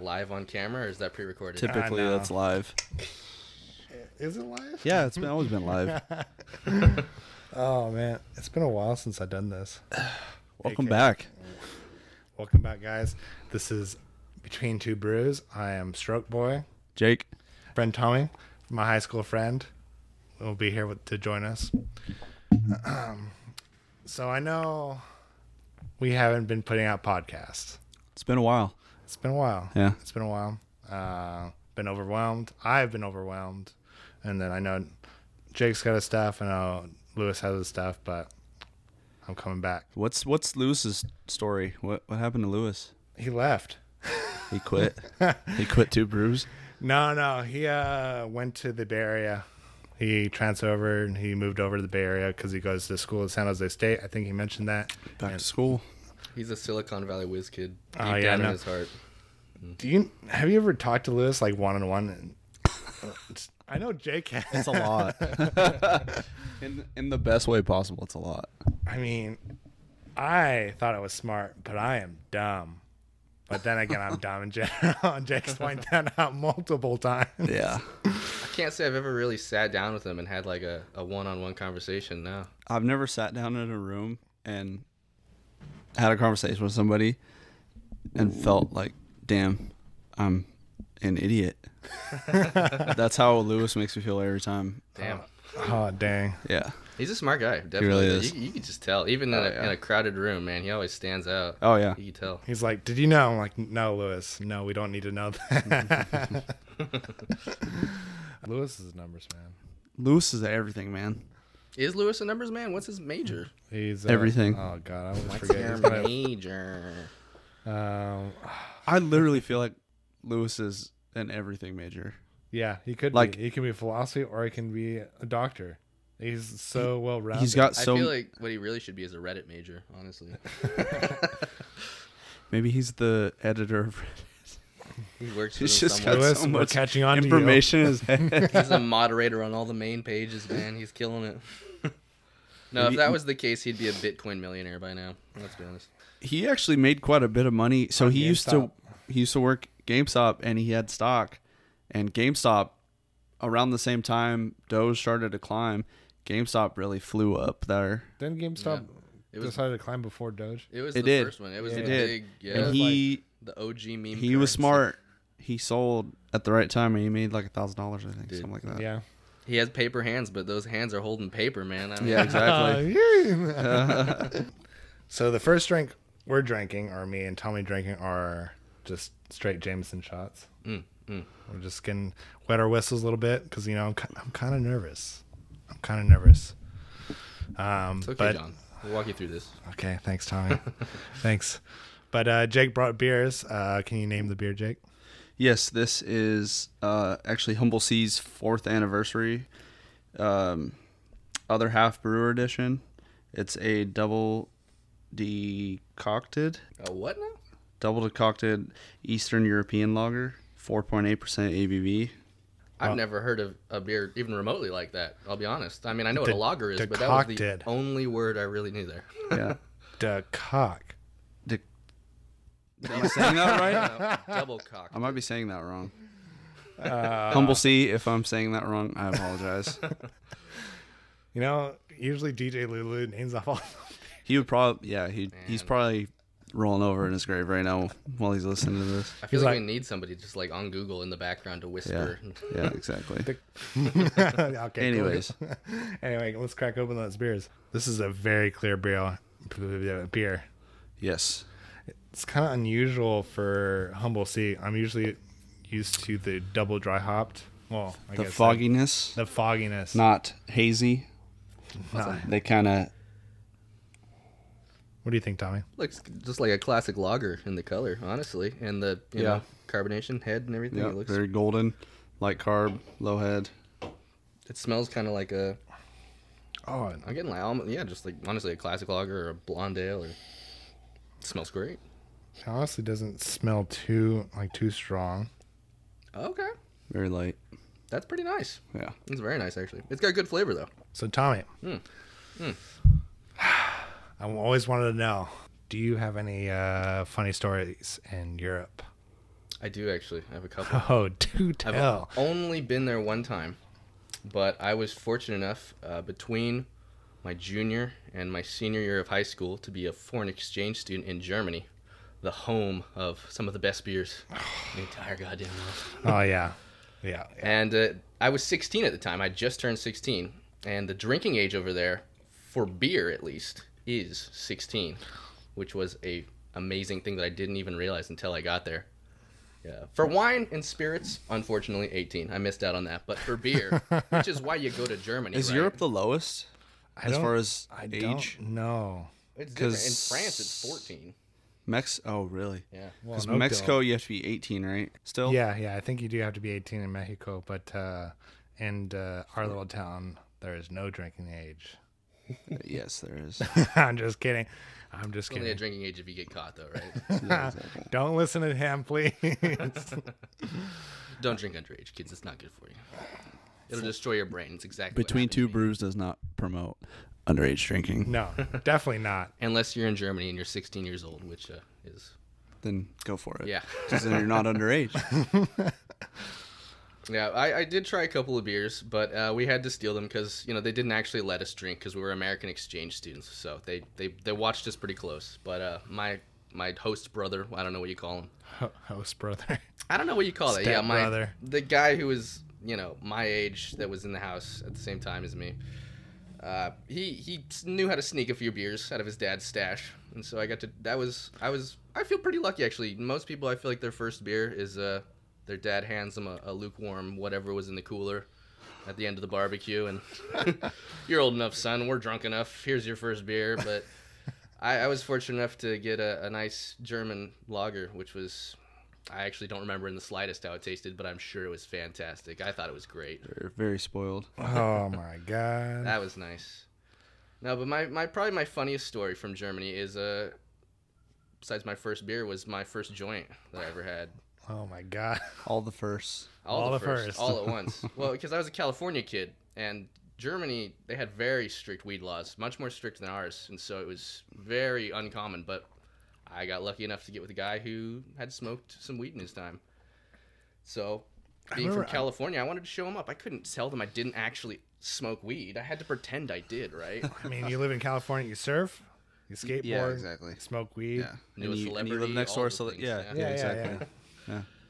live on camera, or is that pre-recorded? Typically, know. that's live. Is it live? Yeah, it's been always been live. Oh man, it's been a while since I've done this. Welcome Okay. back. Welcome back, guys. This is Between Two Brews. I am Stroke Boy, Jake, friend Tommy, my high school friend. Will be here with, to join us. so I know we haven't been putting out podcasts. it's been a while. It's been a while. Yeah. It's been a while. Uh, been overwhelmed. I've been overwhelmed. And then I know Jake's got his stuff. I know Lewis has his stuff, but I'm coming back. What's what's Lewis's story? What what happened to Lewis? He left. He quit. he quit two brews. No, no. He uh, went to the Bay Area. He transferred over and he moved over to the Bay Area because he goes to school at San Jose State. I think he mentioned that. Back to school. He's a Silicon Valley whiz kid deep Ah, Oh, yeah, down no. in his heart. Do you have you ever talked to Lewis like one on one? I know Jake has. It's a lot. in in the best way possible, it's a lot. I mean, I thought I was smart, but I am dumb. But then again, I'm dumb in general. And Jake's pointed that out multiple times. Yeah. I can't say I've ever really sat down with him and had like a, a one-on-one conversation. No, I've never sat down in a room and had a conversation with somebody and felt like, damn, I'm an idiot. That's how Lewis makes me feel every time. damn. Oh dang! Yeah. He's a smart guy. Definitely. really is. You, you can just tell. Even in, a, in a crowded room, man, he always stands out. Oh yeah. You can tell. He's like, "Did you know?" I'm like, "No, Lewis. No, we don't need to know that." Lewis is numbers man. Lewis is everything, man. Is Lewis a numbers man? What's his major? He's uh, Everything. Oh god, I always What's forget. your He's got major? a- um, I literally feel like Lewis is an everything major. yeah, he could Like- like he can be philosophy or he can be a doctor. He's so well rounded. He's got I so feel like what he really should be is a Reddit major, honestly. maybe he's the editor of he works with He's just someone. got Lewis, so we're much catching on to you. information in his head. He's a moderator on all the main pages, man. He's killing it. no, Maybe- if that was the case, he'd be a Bitcoin millionaire by now. Let's be honest. he actually made quite a bit of money. So On he used to GameStop. he used to work GameStop and he had stock. And GameStop around the same time Doge started to climb, GameStop really flew up there. Then GameStop It was. decided to climb before Doge. It was It the did. first one. It was Yeah. the It did. big, yeah, and he the OG meme. he was currency. smart. He sold at the right time and he made like a thousand dollars, I think, Dude. something like that. Yeah. He has paper hands, but those hands are holding paper, man. I mean, Yeah, exactly. Uh-huh. so the first drink we're drinking, or me and Tommy drinking, are just straight Jameson shots. Mm, mm. We're just getting wet our whistles a little bit because you know I'm, ki- I'm kind of nervous. I'm kind of nervous. Um, It's okay, but John. We'll walk you through this. okay, thanks Tommy. thanks. But uh, Jake brought beers. Uh, can you name the beer, Jake? Yes, this is uh, actually Humble Sea's fourth anniversary, um, other half brewer edition. It's a double decocted, Uh, what now? double decocted Eastern European lager, 4.8% ABV. Uh, I've never heard of a beer even remotely like that. I'll be honest. I mean, I know what a De- lager is, but that was the decocted. only word I really knew there. Yeah. De cock. De- Am I saying that right? Double cock. I might be saying that wrong. Humble Sea, if I'm saying that wrong, I apologize. You know, usually DJ Lulu names off all. he would probably, yeah, he he's Man. probably rolling over in his grave right now while he's listening to this. I feel He's like, like- we need somebody just like on Google in the background to whisper. Yeah, exactly. okay. cool. Anyways. anyway, let's crack open those beers. This is a very clear beer. Beer. Yes. It's kind of unusual for humble sea. I'm usually used to the double dry hopped. Well, I The guess fogginess, The fogginess. not hazy. Nah. They kind of What do you think, Tommy? Looks just like a classic lager in the color, honestly, and the you Yeah. know carbonation head and everything. yeah, it looks. very golden, light carb, low head. It smells kind of like a. Oh, I'm getting like almost yeah, just like honestly a classic lager or a blonde ale. Or, it smells great. it honestly doesn't smell too like too strong. Okay, Very light. that's pretty nice. Yeah. It's very nice actually. It's got good flavor though. So, Tommy, Hmm. I always wanted to know: Do you have any uh, funny stories in Europe? I do actually. I have a couple. Oh, do I've tell. only been there one time, but I was fortunate enough uh, between my junior and my senior year of high school to be a foreign exchange student in Germany, the home of some of the best beers in the entire goddamn world. Oh yeah, yeah. And uh, I was 16 at the time. I just turned 16, and the drinking age over there, for beer at least, is 16, which was a amazing thing that I didn't even realize until I got there. Yeah. For wine and spirits, unfortunately, 18. I missed out on that. But for beer, which is why you go to Germany. Is right? Europe the lowest as don't- far as I age? don't know. It's different. In 'cause- France, it's 14. Mex. Oh, really? Yeah. Well, Because no Mexico, you have to be 18, right? Still. deal. Yeah, yeah. I think you do have to be 18 in Mexico, but uh, and uh, our little town, there is no drinking age. Yes, there is. I'm just kidding. I'm just Only a kidding. drinking age if you get caught, though, right? Don't listen to him, please. Don't drink underage, kids. It's not good for you. It'll destroy your brain. It's exactly what Between happened two to me. brews does not promote underage drinking. no, definitely not. Unless you're in Germany and you're 16 years old, which uh, is Then go for it. yeah. 'Cause then you're not underage. Yeah, I, I did try a couple of beers, but uh, we had to steal them because you know they didn't actually let us drink because we were American exchange students, so they, they, they watched us pretty close. But uh, my my host brother, I don't know what you call him. Ho- Host brother. I don't know what you call that. Yeah, my Stepbrother. the guy who was you know my age that was in the house at the same time as me. Uh, he he s- knew how to sneak a few beers out of his dad's stash, and so I got to. That was I was I feel pretty lucky actually. Most people I feel like their first beer is uh their dad hands them a, a lukewarm whatever was in the cooler at the end of the barbecue, and you're old enough, son. We're drunk enough. Here's your first beer, but. I, I was fortunate enough to get a, a nice German lager, which was I actually don't remember in the slightest how it tasted, but I'm sure it was fantastic. I thought it was great. They're very spoiled. Oh my god. That was nice. No, but my, my probably my funniest story from Germany is uh besides my first beer was my first joint that I ever had. Oh my god. All the firsts. All, All the the first, first. all at once. well, because I was a California kid and Germany they had very strict weed laws, much more strict than ours, and so it was very uncommon, but I got lucky enough to get with a guy who had smoked some weed in his time. So, being from remember- California, I uh, wanted to show him up. I couldn't tell them I didn't actually smoke weed. I had to pretend I did, right? I mean, you live in California. You surf. You skateboard. exactly. Smoke weed. Yeah. Knew a you live celebrity, next all door, the so things, yeah, yeah. yeah, Yeah, yeah, exactly.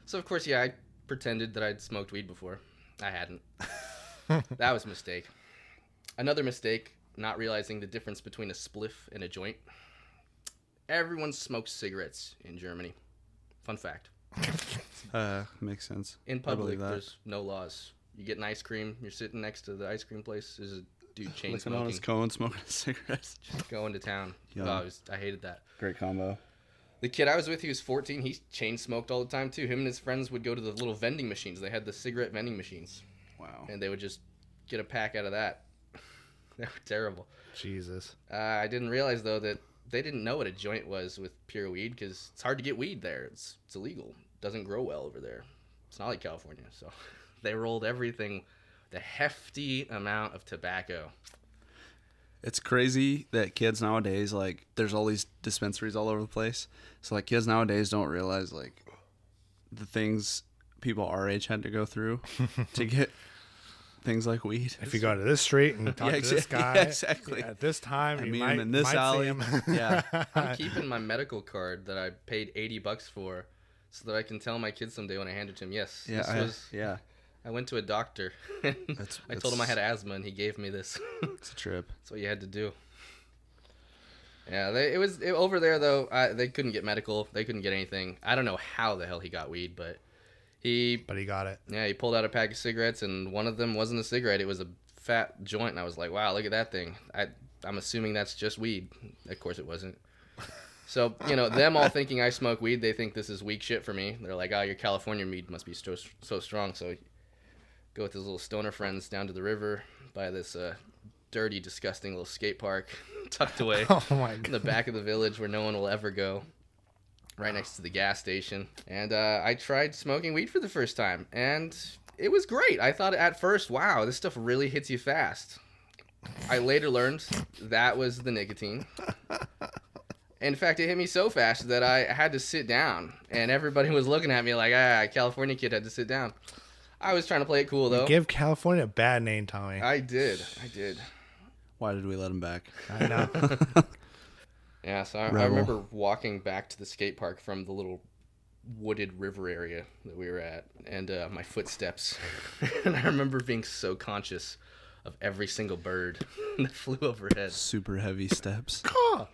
So of course, yeah, I pretended that I'd smoked weed before. I hadn't. that was a mistake. Another mistake, not realizing the difference between a spliff and a joint. Everyone smokes cigarettes in Germany. Fun fact. Uh, makes sense. In I public, believe that. there's no laws. You get an ice cream, you're sitting next to the ice cream place, there's a dude chain Looking on his smoking, cone, smoking a cigarette. going to town. Yum. Oh, it was- I hated that. Great combo. The kid I was with, he was 14. He chain smoked all the time too. Him and his friends would go to the little vending machines. They had the cigarette vending machines, Wow. and they would just get a pack out of that. they were terrible. Jesus. Uh, I didn't realize though that they didn't know what a joint was with pure weed because it's hard to get weed there. It's it's illegal. doesn't grow well over there. It's not like California. So they rolled everything, the hefty amount of tobacco. It's crazy that kids nowadays like there's all these dispensaries all over the place. So like kids nowadays don't realize like the things people our age had to go through to get things like weed. If you go to this street and talk Yeah, to this exa- guy yeah, exactly. at this time, I you meet might, him in this might see alley. him. yeah. I'm keeping my medical card that I paid 80 bucks for so that I can tell my kid someday when I hand it to him, yes, Yeah. this I, was, yeah. I went to a doctor. and I told him I that's- had asthma and he gave me this. It's a trip. That's what you had to do. Yeah, they, it was it, over there though. I, they couldn't get medical. They couldn't get anything. I don't know how the hell he got weed, but he But he got it. yeah he pulled out a pack of cigarettes and one of them wasn't a cigarette. It was a fat joint, and I was like, wow, look at that thing. I I'm assuming that's just weed. Of course it wasn't. So you know them all thinking I smoke weed. They think this is weak shit for me. They're like, oh, your California weed must be so so strong. So go with his little stoner friends down to the river by this uh, dirty, disgusting little skate park tucked away Oh my in god. the back of the village where no one will ever go, right next to the gas station. And uh, I tried smoking weed for the first time, and it was great. I thought at first, wow, this stuff really hits you fast. I later learned that was the nicotine. In fact, it hit me so fast that I had to sit down, and everybody was looking at me like, ah, California kid had to sit down. I was trying to play it cool though. Give California a bad name, Tommy. I did, I did. Why did we let him back? I know. Yeah, so I, I Rebel. remember walking back to the skate park from the little wooded river area that we were at, and uh, my footsteps. and I remember being so conscious of every single bird that flew overhead. Super heavy steps. Clunk.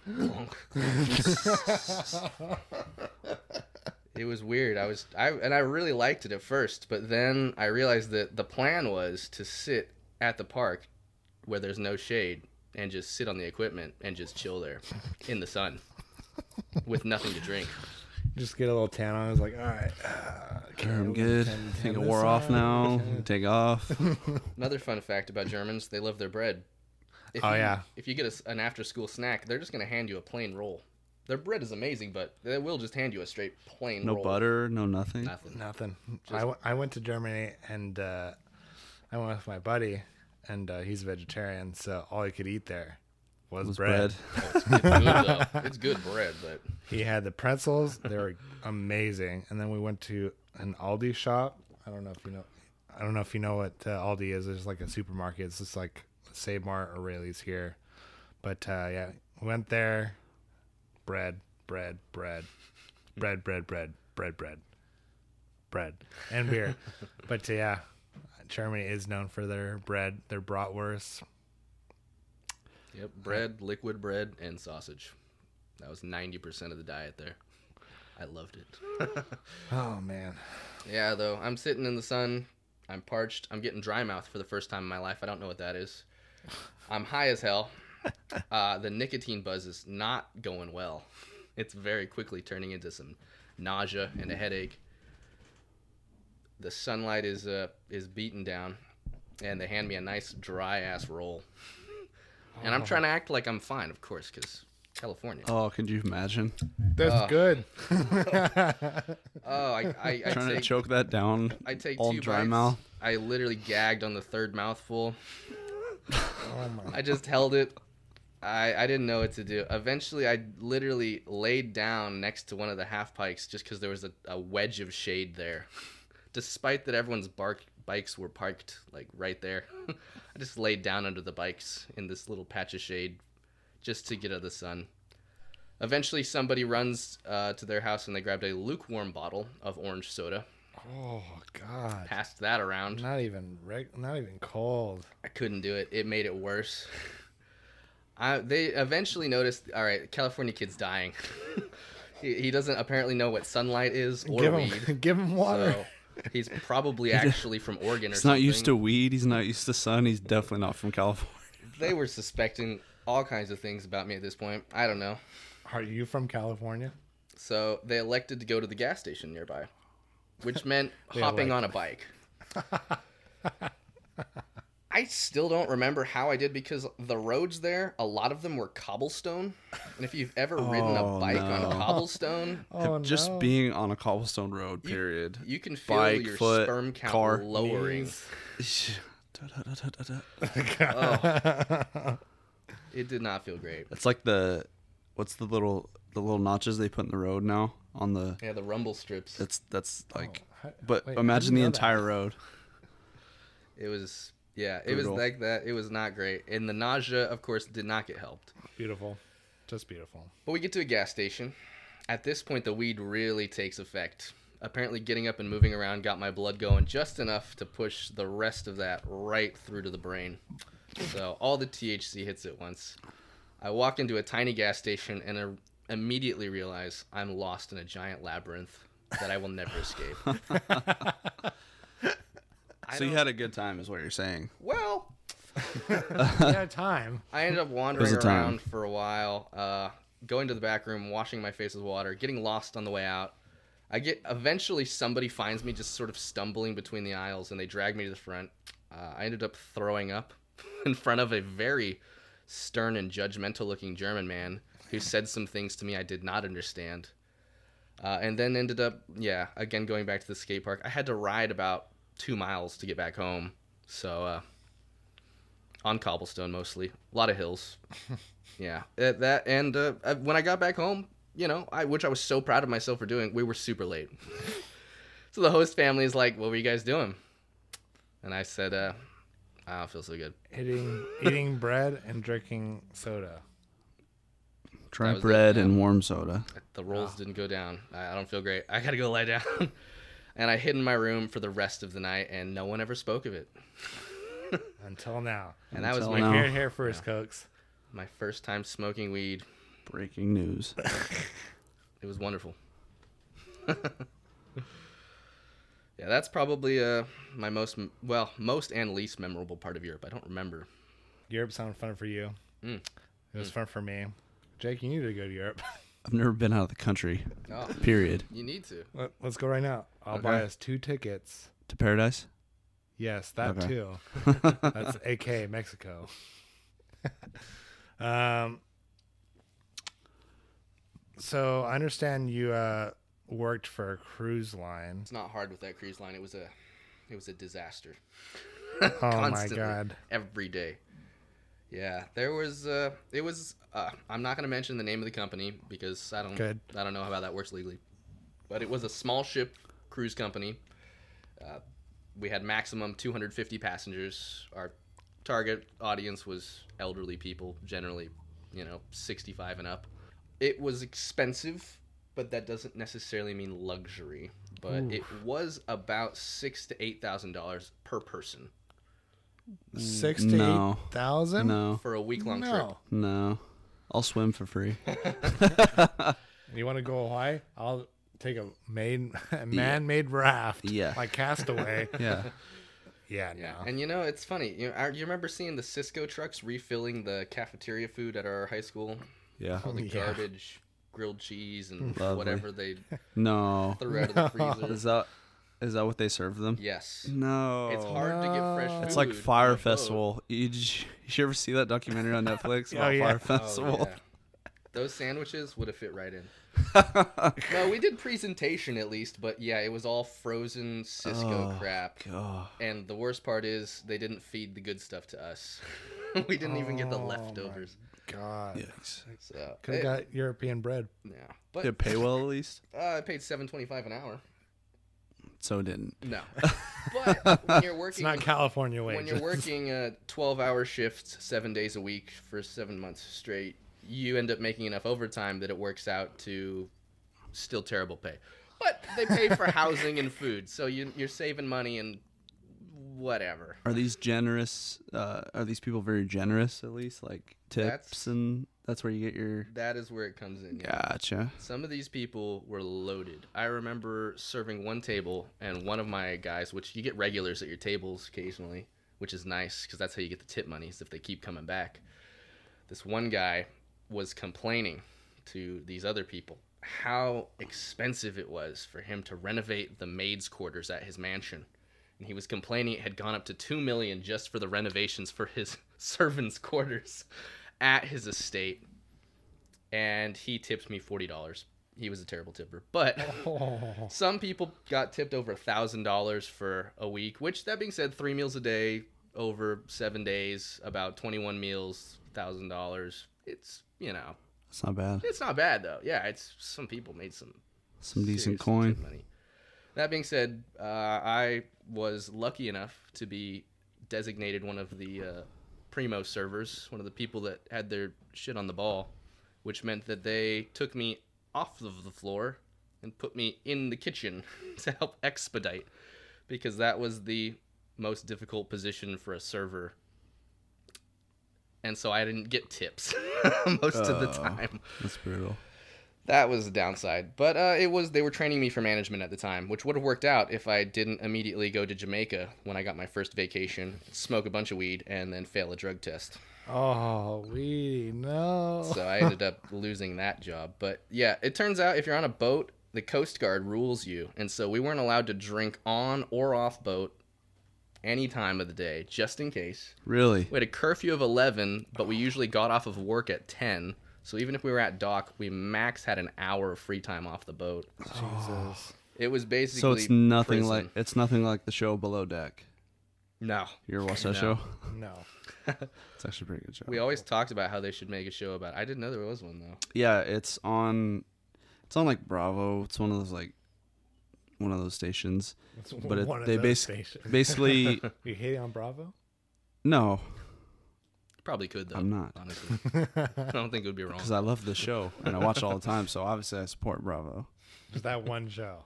it was weird. I was I and I really liked it at first, but then I realized that the plan was to sit at the park where there's no shade and just sit on the equipment and just chill there in the sun with nothing to drink. Just get a little tan on. I was like, all right. uh, Sure, I'm good. I think it wore off now. Take off. Another fun fact about Germans, they love their bread. If Oh, you, yeah. If you get a s an after school snack, they're just going to hand you a plain roll. Their bread is amazing, but they will just hand you a straight plain No roll. butter, no nothing. Nothing. Nothing. I, w- I went to Germany and uh, I went with my buddy, and uh, he's vegetarian, so all he could eat there was, Was bread. bread. It's good though. It's good bread, but He had the pretzels; they were amazing. And then we went to an Aldi shop. I don't know if you know. I don't know if you know what uh, Aldi is. It's like a supermarket. It's just like Save Mart or Raley's here, but uh, yeah, went there. Bread, bread, bread, bread, bread, bread, bread, bread, bread, and beer. but uh, yeah, Germany is known for their bread, their bratwurst. yep, bread, liquid bread, and sausage. That was ninety percent of the diet there. I loved it. Oh man, yeah, though I'm sitting in the sun. I'm parched. I'm getting dry mouth for the first time in my life. I don't know what that is. I'm high as hell. Uh, the nicotine buzz is not going well. It's very quickly turning into some nausea and a headache. The sunlight is uh, is beaten down, and they hand me a nice dry ass roll. And I'm trying to act like I'm fine, of course, because California. Oh, Oh, could you imagine? that's good. Oh, I, I, I Trying to take, choke that down. I take all two dry bites. mouth. I literally gagged on the third mouthful. Oh my I just held it. I, I didn't know what to do. Eventually, I literally laid down next to one of the half pikes just because there was a, a wedge of shade there. Despite that, everyone's bark bikes were parked like right there. I just laid down under the bikes in this little patch of shade just to get out of the sun. Eventually, somebody runs uh, to their house and they grabbed a lukewarm bottle of orange soda. Oh God! Passed that around. Not even reg- not even cold. I couldn't do it. It made it worse. I, they eventually noticed. All right, California kid's dying. he, he doesn't apparently know what sunlight is or give weed. him give him water. So he's probably actually from Oregon or He's something. not used to weed. He's not used to sun. He's definitely not from California. They were suspecting all kinds of things about me at this point. I don't know. Are you from California? So they elected to go to the gas station nearby, which meant They hopping elect- on a bike. I still don't remember how I did because the roads there, a lot of them were cobblestone. And if you've ever ridden a Oh, bike no. on cobblestone, Oh Just no. being on a cobblestone road, period. you can feel Bike, your foot, sperm count car, lowering. Knees. Da-da-da-da-da-da. It did not feel great. It's like the what's the little the little notches they put in the road now on the Yeah, the rumble strips. that's that's like I- but wait, I imagine didn't the know that. entire road. It was, yeah, it was Brutal. like that. It was not great. And the nausea, of course, did not get helped. beautiful, just beautiful. But we get to a gas station. At this point, the weed really takes effect. Apparently, getting up and moving around got my blood going just enough to push the rest of that right through to the brain. So all the THC hits at once. I walk into a tiny gas station and I immediately realize I'm lost in a giant labyrinth that I will never escape. I So you don't- had a good time is what you're saying. well, yeah, time. I ended up wandering a time. around for a while, uh, going to the back room, washing my face with water, getting lost on the way out. I get eventually somebody finds me just sort of stumbling between the aisles, and they drag me to the front. Uh, I ended up throwing up in front of a very stern and judgmental-looking German man who said some things to me I did not understand. Uh, and then ended up, yeah, again going back to the skate park. I had to ride about two miles to get back home, so uh, on cobblestone mostly. A lot of hills. yeah, that, that and uh, uh, when I got back home, you know, I which I was so proud of myself for doing. We were super late. so the host family is like, "What were you guys doing?" And I said, uh, "I don't feel so good." Eating eating bread and drinking soda. That Try was it, bread yeah. and warm soda. The rolls didn't go down. I, I don't feel great. I gotta go lie down. and I hid in my room for the rest of the night, and no one ever spoke of it. Until now. And that was Until my now. Here and here first, Cokes. my first time smoking weed. Breaking news. It was wonderful. yeah, that's probably uh, my most well, most and least memorable part of Europe. I don't remember. Europe sounded fun for you. It was fun for me. Jake, you need to go to Europe. I've never been out of the country. Oh, Period. you need to. Let, us go right now. I'll buy Okay. us two tickets. To paradise. Yes, that Okay. too. That's AK Mexico. um, so I understand you uh, worked for a cruise line. It's not hard with that cruise line. It was a, it was a disaster. Oh my Constantly, god! every day. Yeah, there was. Uh, it was. Uh, I'm not gonna mention the name of the company because I don't. Good. I don't know how that works legally, but it was a small ship cruise company. Uh, we had maximum 250 passengers. Our target audience was elderly people, generally, you know, 65 and up. It was expensive, but that doesn't necessarily mean luxury. But it was about six to eight thousand dollars per person Six to No. eight thousand. No. for a week long trip. No. No. I'll swim for free. You want to go Hawaii? I'll take a made a man-made raft. Yeah. Like Castaway. Yeah. yeah. Yeah, No. and you know it's funny. You, I, you remember seeing the Cisco trucks refilling the cafeteria food at our high school? Yeah. All the Yeah. garbage, grilled cheese, and Lovely. whatever they No. threw out of the freezer. Is that is that what they serve them? Yes, No. it's hard to get fresh. Food Oh, It's like on a Fire boat. Festival. You, did you, did you ever see that documentary on Netflix about yeah. Fire Oh, Festival? yeah. Those sandwiches would have fit right in. no, we did presentation at least, but yeah, it was all frozen Cisco Oh, crap. God. And the worst part is they didn't feed the good stuff to us. we didn't even get the Oh, my leftovers. God. Yikes. So Could have it- got European bread. yeah, but Did it pay well at least? Uh, I paid seven twenty five an hour. So it didn't. No, but when you're It's working, not California wages. when you're working uh, twelve hour shifts, seven days a week for seven months straight, you end up making enough overtime that it works out to still terrible pay. But they pay for housing and food, so you, you're saving money and whatever. Are these generous? Uh, are these people very generous at least? Like tips That's- and that's where you get your. That is where it comes in. Gotcha. Some of these people were loaded. I remember serving one table, and one of my guys, which you get regulars at your tables occasionally, which is nice because that's how you get the tip money, is if they keep coming back. This one guy was complaining to these other people how expensive it was for him to renovate the maid's quarters at his mansion. And he was complaining it had gone up to 2 million just for the renovations for his servants' quarters at his estate and he tipped me forty dollars. He was a terrible tipper, but some people got tipped over a thousand dollars for a week. Which, that being said, three meals a day over seven days, about twenty-one meals, thousand dollars. It's you know, That's not bad. it's not bad though. Yeah, it's some people made some Some serious decent coin. tip money. That being said, uh, I was lucky enough to be designated one of the uh, primo servers, one of the people that had their shit on the ball, which meant that they took me off of the floor and put me in the kitchen to help expedite, because that was the most difficult position for a server. And so I didn't get tips most of Oh. the time. That's brutal. That was the downside, but uh, it was they were training me for management at the time, which would have worked out if I didn't immediately go to Jamaica when I got my first vacation, smoke a bunch of weed, and then fail a drug test. Oh, we no. So I ended up losing that job. But yeah, it turns out if you're on a boat, the Coast Guard rules you, and so we weren't allowed to drink on or off boat any time of the day, just in case. Really? We had a curfew of 11, but we usually got off of work at 10. So even if we were at dock, we max had an hour of free time off the boat. Jesus. It was basically So it's nothing prison. like it's nothing like the show Below Deck. No. You ever watch that No. show? No. It's actually a pretty good show. We always talked about how they should make a show about. I didn't know there was one though. yeah, it's on. It's on like Bravo. It's one of those like, one of those stations. That's But it, one of they those basically stations. basically You hating on Bravo? no, Probably could though. I'm not Honestly, I don't think it would be wrong. because I love the show and I watch it all the time. So obviously I support Bravo. Just that one show.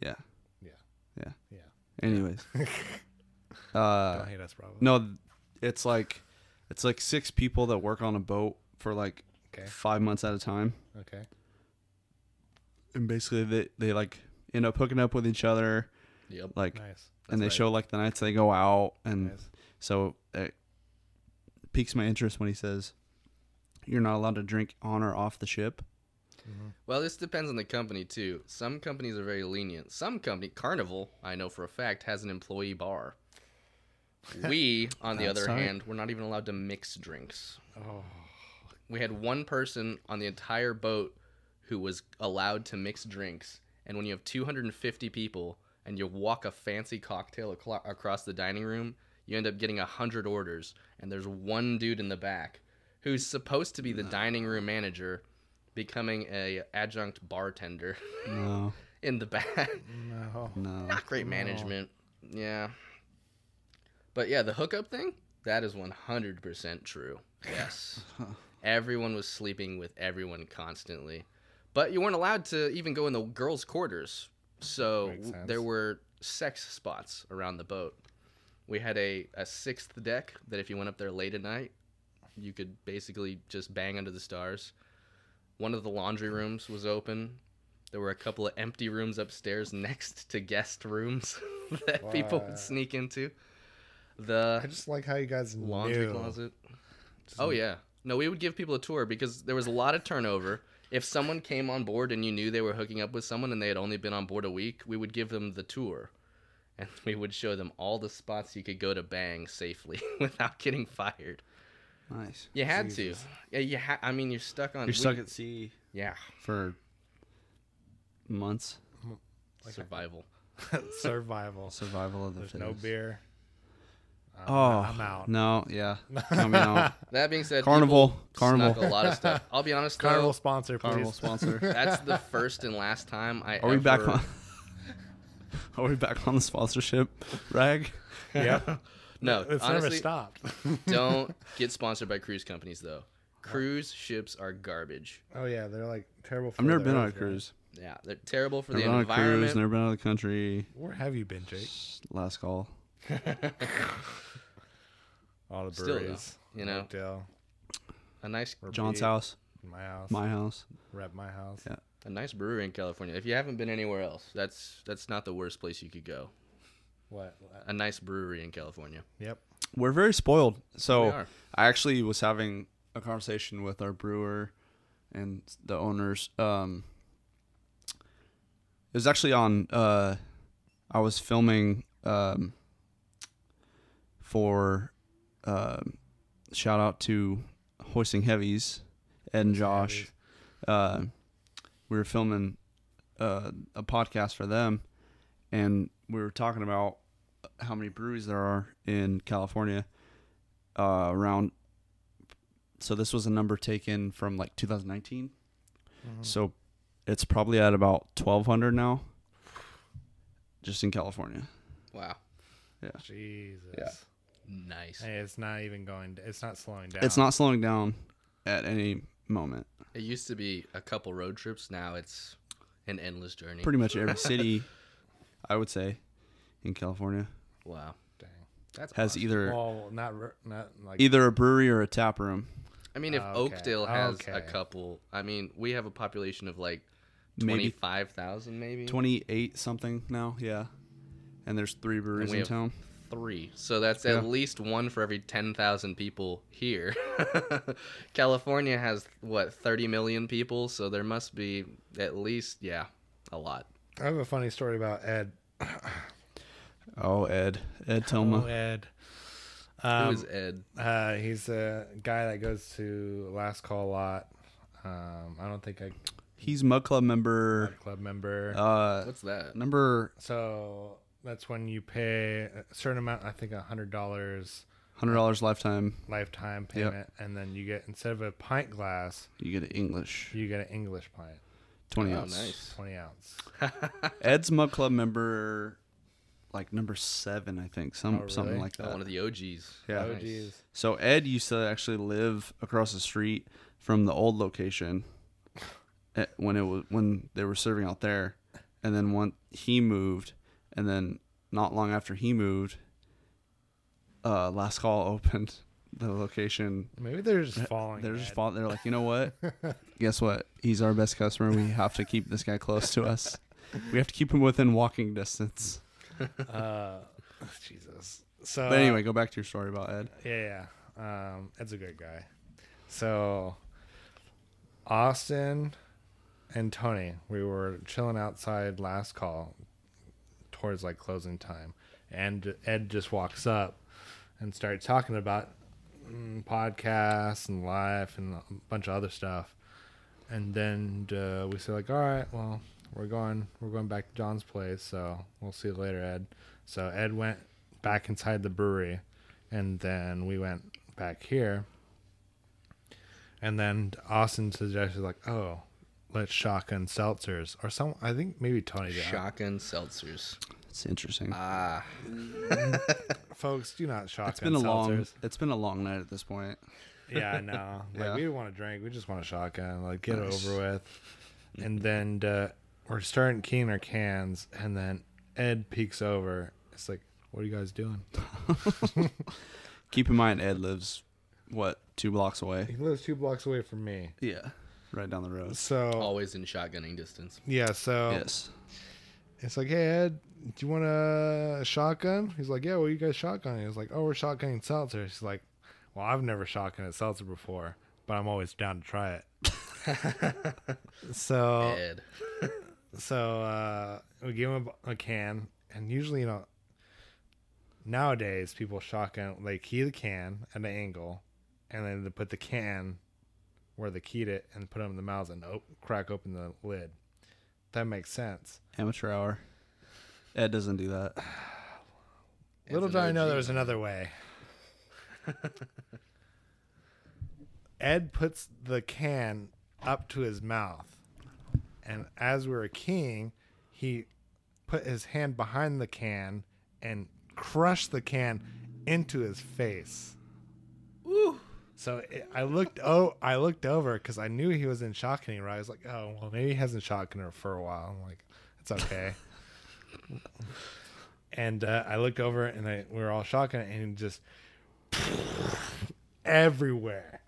Yeah. Yeah. Yeah. Yeah. Anyways. Don't uh, hate us, Bravo. no, th- it's like, it's like six people that work on a boat for like Okay. five months at a time. Okay. and basically they, they like end up hooking up with each other Yep. like Nice. and they right. show like the nights they go out and Nice. so it piques my interest when he says you're not allowed to drink on or off the ship Well, this depends on the company too. Some companies are very lenient. Some company, Carnival, I know for a fact, has an employee bar. We, on the other Outside. hand, were not even allowed to mix drinks. Oh. We had one person on the entire boat who was allowed to mix drinks. And when you have 250 people and you walk a fancy cocktail aclo- across the dining room, you end up getting 100 orders. And there's one dude in the back who's supposed to be the dining room manager becoming a adjunct bartender no in the back. No. Uh, no Not great management. Yeah. But yeah, the hookup thing, that is 100% true. Yes. everyone was sleeping with everyone constantly. But you weren't allowed to even go in the girls' quarters. So Makes sense. there were sex spots around the boat. We had a, a sixth deck that if you went up there late at night, you could basically just bang under the stars. One of the laundry rooms was open. There were a couple of empty rooms upstairs next to guest rooms that people Wow. would sneak into. I The just like how you guys laundry knew. closet. Oh yeah. No, we would give people a tour because there was a lot of turnover. If someone came on board and you knew they were hooking up with someone and they had only been on board a week, we would give them the tour. And we would show them all the spots you could go to bang safely without getting fired. nice You had to. Yeah, you ha- I mean, you're stuck on. you're stuck at sea Yeah, for months survival. Survival. survival of the There's fittest no beer. I'm- oh I'm out. no yeah count me out That being said, carnival people snuck a carnival lot of stuff. I'll be honest, Carnival though, sponsor, please. carnival sponsor that's the first and last time I. are we back ever- on are we back on the sponsorship rag yeah. No, It's never honestly, stopped. don't get sponsored by cruise companies though. Cruise ships are garbage. oh yeah, they're like terrible. for I've never the been on a earth, right? cruise. Yeah, they're terrible for Never the been on a cruise. environment. Never been out of the country. Where have you been, Jake? Last call. All the Still, though, breweries. you know. Oakdale, a nice, John's Repeat. house. my house, My house. rep my house. Yeah. a nice brewery in California. If you haven't been anywhere else, that's that's not the worst place you could go. What? A nice brewery in California. Yep. We're very spoiled. We So are. I actually was having a conversation with our brewer and the owners. Um, it was actually on. Uh, I was filming um, for um shout out to Hoisting Heavies, Ed and Josh. Heavies. Uh, we were filming uh, a podcast for them, and we were talking about how many breweries there are in California uh, around. So this was a number taken from like 2019. So it's probably at about 1,200 now, just in California. Wow, Jesus. nice. Hey, it's not even going. It's not slowing down. It's not slowing down at any moment. It used to be a couple road trips. Now it's an endless journey. Pretty much every city, I would say, in California wow, Dang. that's has awesome. either Well, not re- not like either a brewery or a tap room. I mean, if Okay. Oakdale has a Okay. couple, I mean, we have a population of like Maybe- twenty five thousand, maybe 28 something now, yeah. And there's three breweries we in have- town. three. So that's Yeah. at least one for every 10,000 people here. California has, what, 30 million people? So there must be at least, yeah, a lot. I have a funny story about Ed. Oh, Ed, Ed Oh, Toma. Ed. Who Um, is Ed? uh, he's a guy that goes to Last Call a lot. Um, I don't think I He's Mug Club member, club member. uh, What's that? number so That's when you pay a certain amount, I think a hundred dollars Hundred dollars lifetime. lifetime payment, and then you get instead of a pint glass, You get an English you get an English pint, twenty Oh, ounce. nice. twenty ounce. Ed's Mug Club member, like number seven, I think, some Oh, something really? like Oh, that. one of the OGs. Yeah. Oh Nice. jeez. So Ed used to actually live across the street from the old location at- when it was when they were serving out there, and then when he moved, and then not long after he moved, uh, Last Call opened the location. Maybe they're just following. They're just Ed. fall- They're like, you know what? Guess what? He's our best customer. We have to keep this guy close to us. We have to keep him within walking distance. Uh, Jesus. So But anyway, go back to your story about Ed. Yeah, yeah. Um, Ed's a great guy. So, Austin and Tony, we were chilling outside last call towards like closing time. And Ed just walks up and started talking about mm, podcasts and life and a bunch of other stuff. And then uh, we said like, all right, well, we're going, we're going back to John's place, so we'll see you later, Ed. So Ed went back inside the brewery, and then we went back here. And then Austin suggested like, oh, let's shotgun seltzers or some. I think maybe Tony did. Shotgun seltzers. It's interesting. Ah, Folks, do not shotgun it's been a seltzers. long. It's been a long night at this point. yeah, I know. Like Yeah. we didn't want to drink. We just want a shotgun. Like get Nice. Mm-hmm. it over with. And then uh, we're starting keying our cans, and then Ed peeks over. It's like, what are you guys doing? Keep in mind, Ed lives what two blocks away. He lives two blocks away from me. Yeah, right down the road. So always in shotgunning distance. yeah, so Oh. Yes. it's like, hey Ed, do you want a shotgun? He's like, yeah. Well, you guys shotgunning? He's like, oh, we're shotgunning seltzer. He's like, well, I've never shotgunned a seltzer before, but I'm always down to try it. so Oh, Ed. so uh, we gave him a, a can, and usually, you know, nowadays people shotgun like key the can at an angle, and then they put the can where they keyed it and put it in the mouths and op- crack open the lid. That makes sense. Amateur hour. Ed doesn't do that. Little an did I know OG. there was another way. Ed puts the can up to his mouth, and as we were keying, he put his hand behind the can and crushed the can into his face. So it, I looked oh I looked over because I knew he was in shotgunning. Right, I was like, oh well, maybe he hasn't shotgunned her for a while. I'm like, it's okay. and uh, I look over and I, we are all shotgun and just everywhere.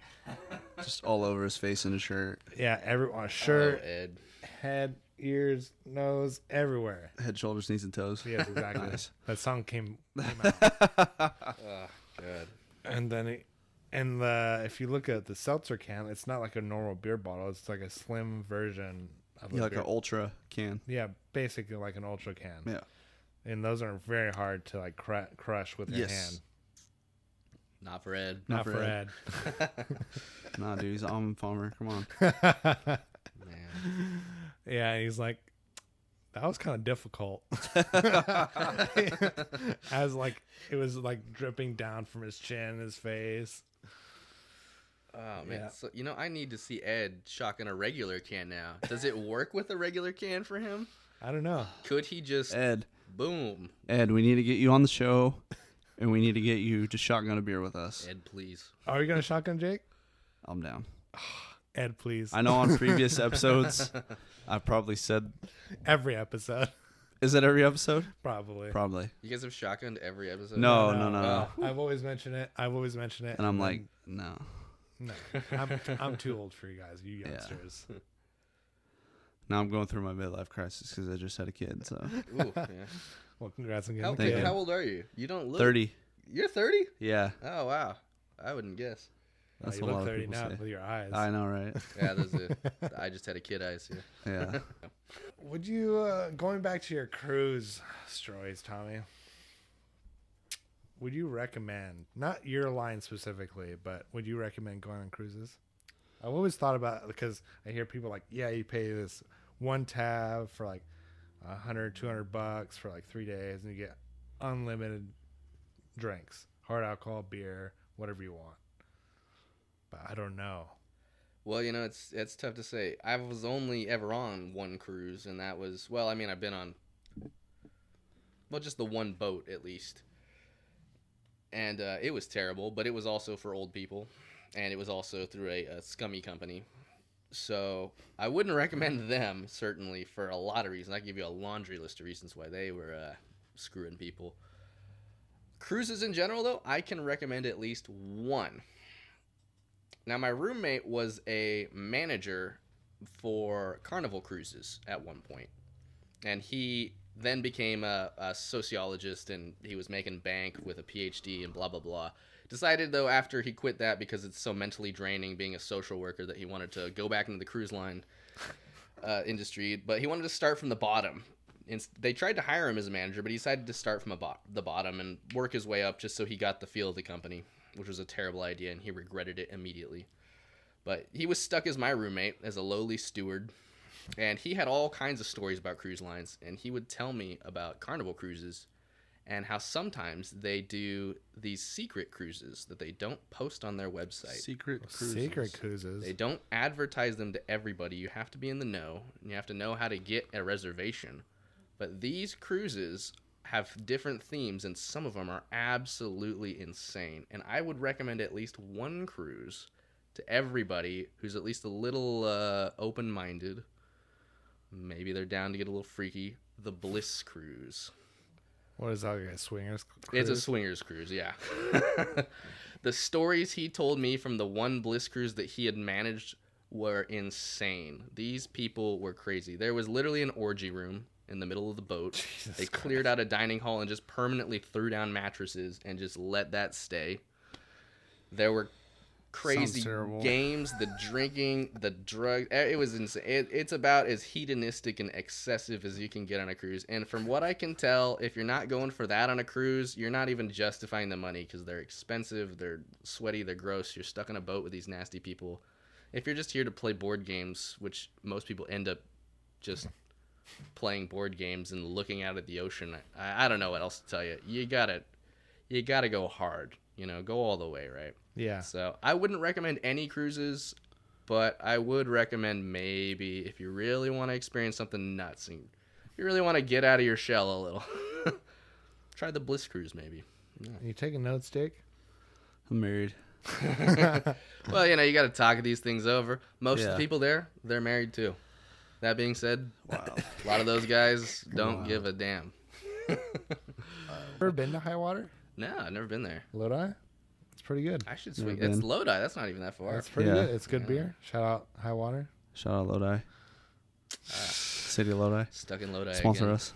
Just all over his face and his shirt. Yeah, everyone Oh, shirt, Ed. head, ears, nose, everywhere. Head, shoulders, knees, and toes. Yes, exactly. Nice. Ah, That song came, came out, Oh, God. and then it, and the if you look at the seltzer can, it's not like a normal beer bottle. It's like a slim version of a Yeah, like beer. an ultra can. yeah, basically like an ultra can. Yeah. And those are very hard to like cra- crush with your Yes. hand. Not for Ed. Not Not, for for Ed. Nah, dude, he's an almond farmer. Come on. Ed. Man. Yeah, and he's like, that was kind of difficult. As like it was like dripping down from his chin, his face. Oh man, Yeah. so you know I need to see Ed shocking a regular can now. Does it work with a regular can for him? I don't know. Could he just Ed, boom? Ed, we need to get you on the show, and we need to get you to shotgun a beer with us. Ed, please. Are you gonna shotgun Jake? I'm down. Ed, please. I know on previous episodes, I've probably said, Every episode, is that every episode? probably. Probably. You guys have shotgunned every episode. No, no, no, no. Oh, I've always mentioned it. I've always mentioned it. And I'm like, no. no, I'm, I'm too old for you guys, you Yeah. youngsters. Now I'm going through my midlife crisis because I just had a kid. So Ooh, yeah. Well, congrats on how, getting the Thank dude, you. kid. how old are you? You don't look. 30. You're thirty. Yeah. Oh wow, I wouldn't guess. Oh, That's you what a look lot of 30 people now say. with your eyes. I know, right? Yeah, those are, I just had a kid eyes here. Yeah. Would you uh, going back to your cruise stories, Tommy? Would you recommend not your line specifically, but would you recommend going on cruises? I've always thought about because I hear people like, yeah, you pay this one tab for like 100, 200 bucks for like three days, and you get unlimited drinks, hard alcohol, beer, whatever you want. But I don't know. Well, you know, it's it's tough to say. I was only ever on one cruise, and that was well. I mean, I've been on well, just the one boat at least, and uh, it was terrible. But it was also for old people, and it was also through a, a scummy company. So I wouldn't recommend them certainly for a lot of reasons. I can give you a laundry list of reasons why they were uh, screwing people. Cruises in general, though, I can recommend at least one. Now, my roommate was a manager for Carnival Cruises at one point, and he then became a, a sociologist and he was making bank with a PhD and blah blah blah. Decided though after he quit that because it's so mentally draining being a social worker that he wanted to go back into the cruise line uh, industry, but he wanted to start from the bottom. And they tried to hire him as a manager, but he decided to start from a bo- the bottom and work his way up just so he got the feel of the company which was a terrible idea, and he regretted it immediately. But he was stuck as my roommate, as a lowly steward, and he had all kinds of stories about cruise lines, and he would tell me about carnival cruises and how sometimes they do these secret cruises that they don't post on their website. Secret cruises. Secret cruises. They don't advertise them to everybody. You have to be in the know, and you have to know how to get a reservation. But these cruises have different themes, and some of them are absolutely insane. And I would recommend at least one cruise to everybody who's at least a little uh, open minded. Maybe they're down to get a little freaky. The Bliss Cruise. What is that? Like a swingers It's a cruise? swingers cruise, yeah. the stories he told me from the one Bliss cruise that he had managed were insane. These people were crazy. There was literally an orgy room in the middle of the boat. Jesus they Christ. cleared out a dining hall and just permanently threw down mattresses and just let that stay. There were crazy terrible. games, the drinking, the drug. eh, It was insane. It, it's about as hedonistic and excessive as you can get on a cruise. And from what I can tell, if you're not going for that on a cruise, you're not even justifying the money because they're expensive, they're sweaty, they're gross. You're stuck on a boat with these nasty people. If you're just here to play board games, which most people end up just playing board games and looking out at the ocean, I, I don't know what else to tell you. You gotta, you gotta go hard. You know, go all the way, right? Yeah. So I wouldn't recommend any cruises, but I would recommend maybe if you really want to experience something nuts and you really want to get out of your shell a little, try the Bliss Cruise maybe. You taking notes, Jake? I'm married. Well, you know, you got to talk these things over. Most of Yeah. the people there, they're married too. That being said, wow. a lot of those guys don't give a damn. Ever been to high water? No, I've never been there. Lodi? It's pretty good. I should Never swing. It's been. Lodi. That's not even that far. It's pretty Yeah. good. It's good beer. Shout out high water. Shout out Lodi. Ah. City of Lodi. Stuck in Lodi. Sponsor again. us.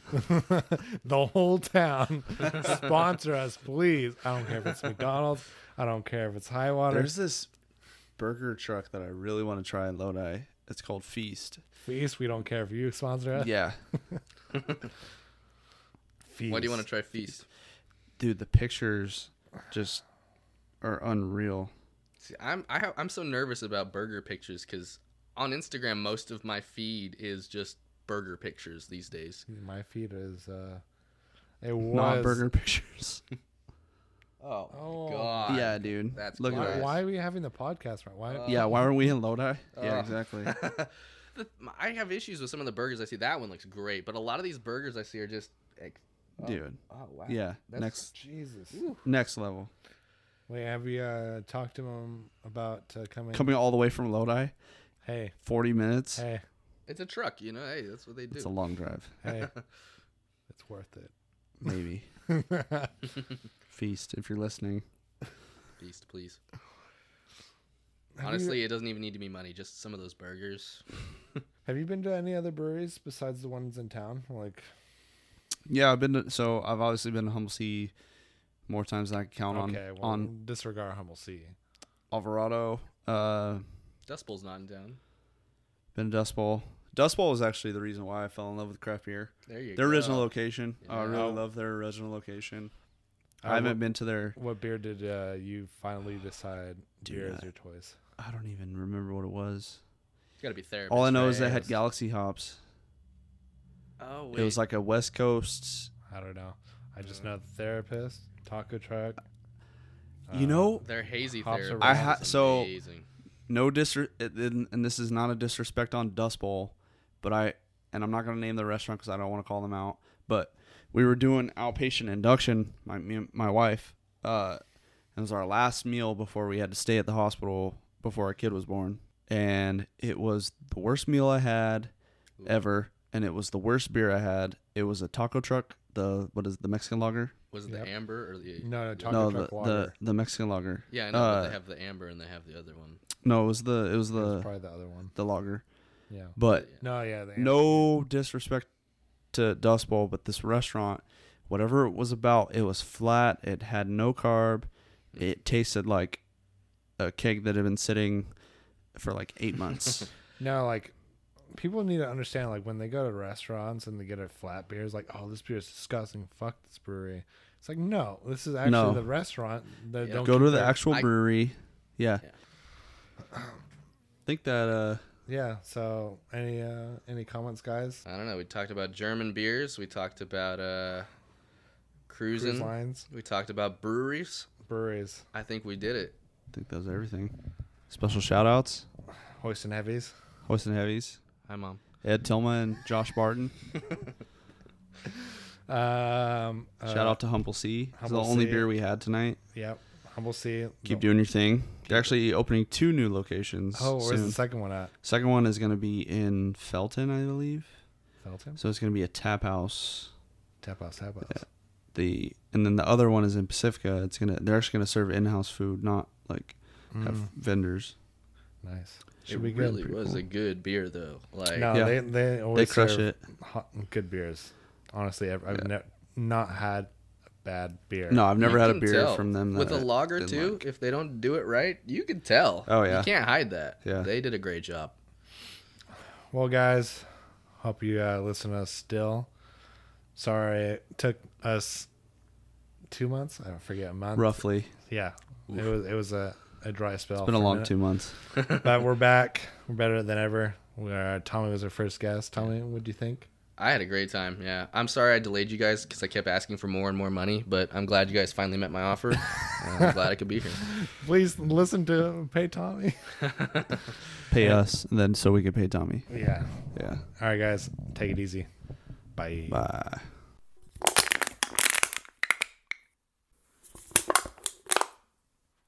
the whole town sponsor us, please. I don't care if it's McDonald's. I don't care if it's high water. There's this burger truck that I really want to try in Lodi. It's called Feast. Feast. We don't care if you sponsor us. Yeah. Feast. Why do you want to try Feast? Dude, the pictures just are unreal. See, I'm I have, I'm so nervous about burger pictures because on Instagram most of my feed is just burger pictures these days. My feed is. uh It Not was. burger pictures. Oh, Oh. god! yeah, dude. that's Look gross. at Why, that. why are we having the podcast right? Why? yeah, why weren't we in Lodi? yeah, Ugh. exactly. The- I have issues with some of the burgers I see. That one looks great, but a lot of these burgers I see are just. Like, Dude. oh wow. Yeah. That's- next Jesus. next level. Wait, have you uh, talked to him about uh, coming? Coming all the way from Lodi, Hey, 40 minutes. hey, It's a truck, you know. Hey, that's what they do. It's a long drive. hey. it's worth it. Maybe. Feast, if you're listening. Feast, please. Have you- Honestly, it doesn't even need to be money. Just some of those burgers. Have you been to any other breweries besides the ones in town? Like, Yeah, I've been to, so I've obviously been to Humble Sea more times than I can count okay, on well, on disregard Humble Sea. Alvarado. Uh, Dust Bowl's not in town. been to Dust Bowl. Dust Bowl was actually the reason why I fell in love with craft beer. There you Their go. original location. I Yeah. really love their original location. Uh, I haven't been to their. What beer did uh, you finally decide Dude, beer I- is your choice? I don't even remember what it was. It's got to be therapy. All I know is they had Betrayals. Galaxy hops. Oh wait. It was like a West Coast. I don't know. I just know the therapist, taco truck. Uh, You know, their hazy Hops therapy. around. I ha- is so- amazing. no disre- it- it- and this is not a disrespect on Dust Bowl, but I and I'm not gonna name the restaurant because I don't want to call them out. But we were doing outpatient induction, my me, and my wife, uh, and it was our last meal before we had to stay at the hospital before our kid was born, and it was the worst meal I had ever, and it was the worst beer I had. It was a taco truck, the what is it, the Mexican lager? Was it the Yep. amber or the? No, no taco no, truck the, water. the the Mexican lager. Yeah, I know. but Uh, they have the amber and they have the other one. No, it was the it was It was the probably the other one. the lager, Yeah. but No, yeah. The no disrespect to Dust Bowl, but this restaurant, whatever it was about, it was flat. It had no carb. It tasted like a cake that had been sitting for like eight months. No, like people need to understand like when they go to restaurants and they get a flat beer, it's like, oh, this beer is disgusting. Fuck this brewery. It's like, no, this is actually No. the restaurant. That Yeah. don't Go to keep the their- actual I- brewery. Yeah. Yeah. think that uh Yeah. So any uh any comments, guys? I don't know. We talked about German beers. We talked about uh, cruising. Cruise lines, we talked about breweries. breweries, I think we did it. I think that was everything. Special shout outs. hoisting heavies. Hoist and Heavies. Hi, mom. Ed Tillman and Josh Barton. Um, uh, Shout out to Humble C. It's the Humble only C. beer we had tonight. Yep. Humble Sea. Keep the- doing your thing. They're actually opening two new locations. Oh, where's soon. the second one at? Second one is going to be in Felton, I believe. Felton. So it's going to be a tap house. Tap house. Tap house. The and then the other one is in Pacifica. It's gonna they're actually gonna serve in-house food, not like have vendors. Nice. it Should be really good. was a good beer though. Like No, Yeah. they they They always crush serve it. hot, good beers. Honestly, I've, I've ne- not had a bad beer. No, I've never you had a can beer tell. from them with that a I lager didn't too. like. If they don't do it right, you can tell. Oh, you yeah. can't hide that. Yeah. they did a great job. Well, guys, hope you uh, listen to us still. Sorry, it took us two months. I forget a month. Roughly, Yeah, it was it was a, a dry spell. it's been a long two months. but we're back. We're better than ever. We are, Tommy was our first guest. Tommy, what do you think? I had a great time. Yeah, I'm sorry I delayed you guys because I kept asking for more and more money, but I'm glad you guys finally met my offer. and I'm glad I could be here. Please listen to pay Tommy. Pay us, and then so we can pay Tommy. yeah. Yeah. All right, guys, take it easy. Bye. Bye.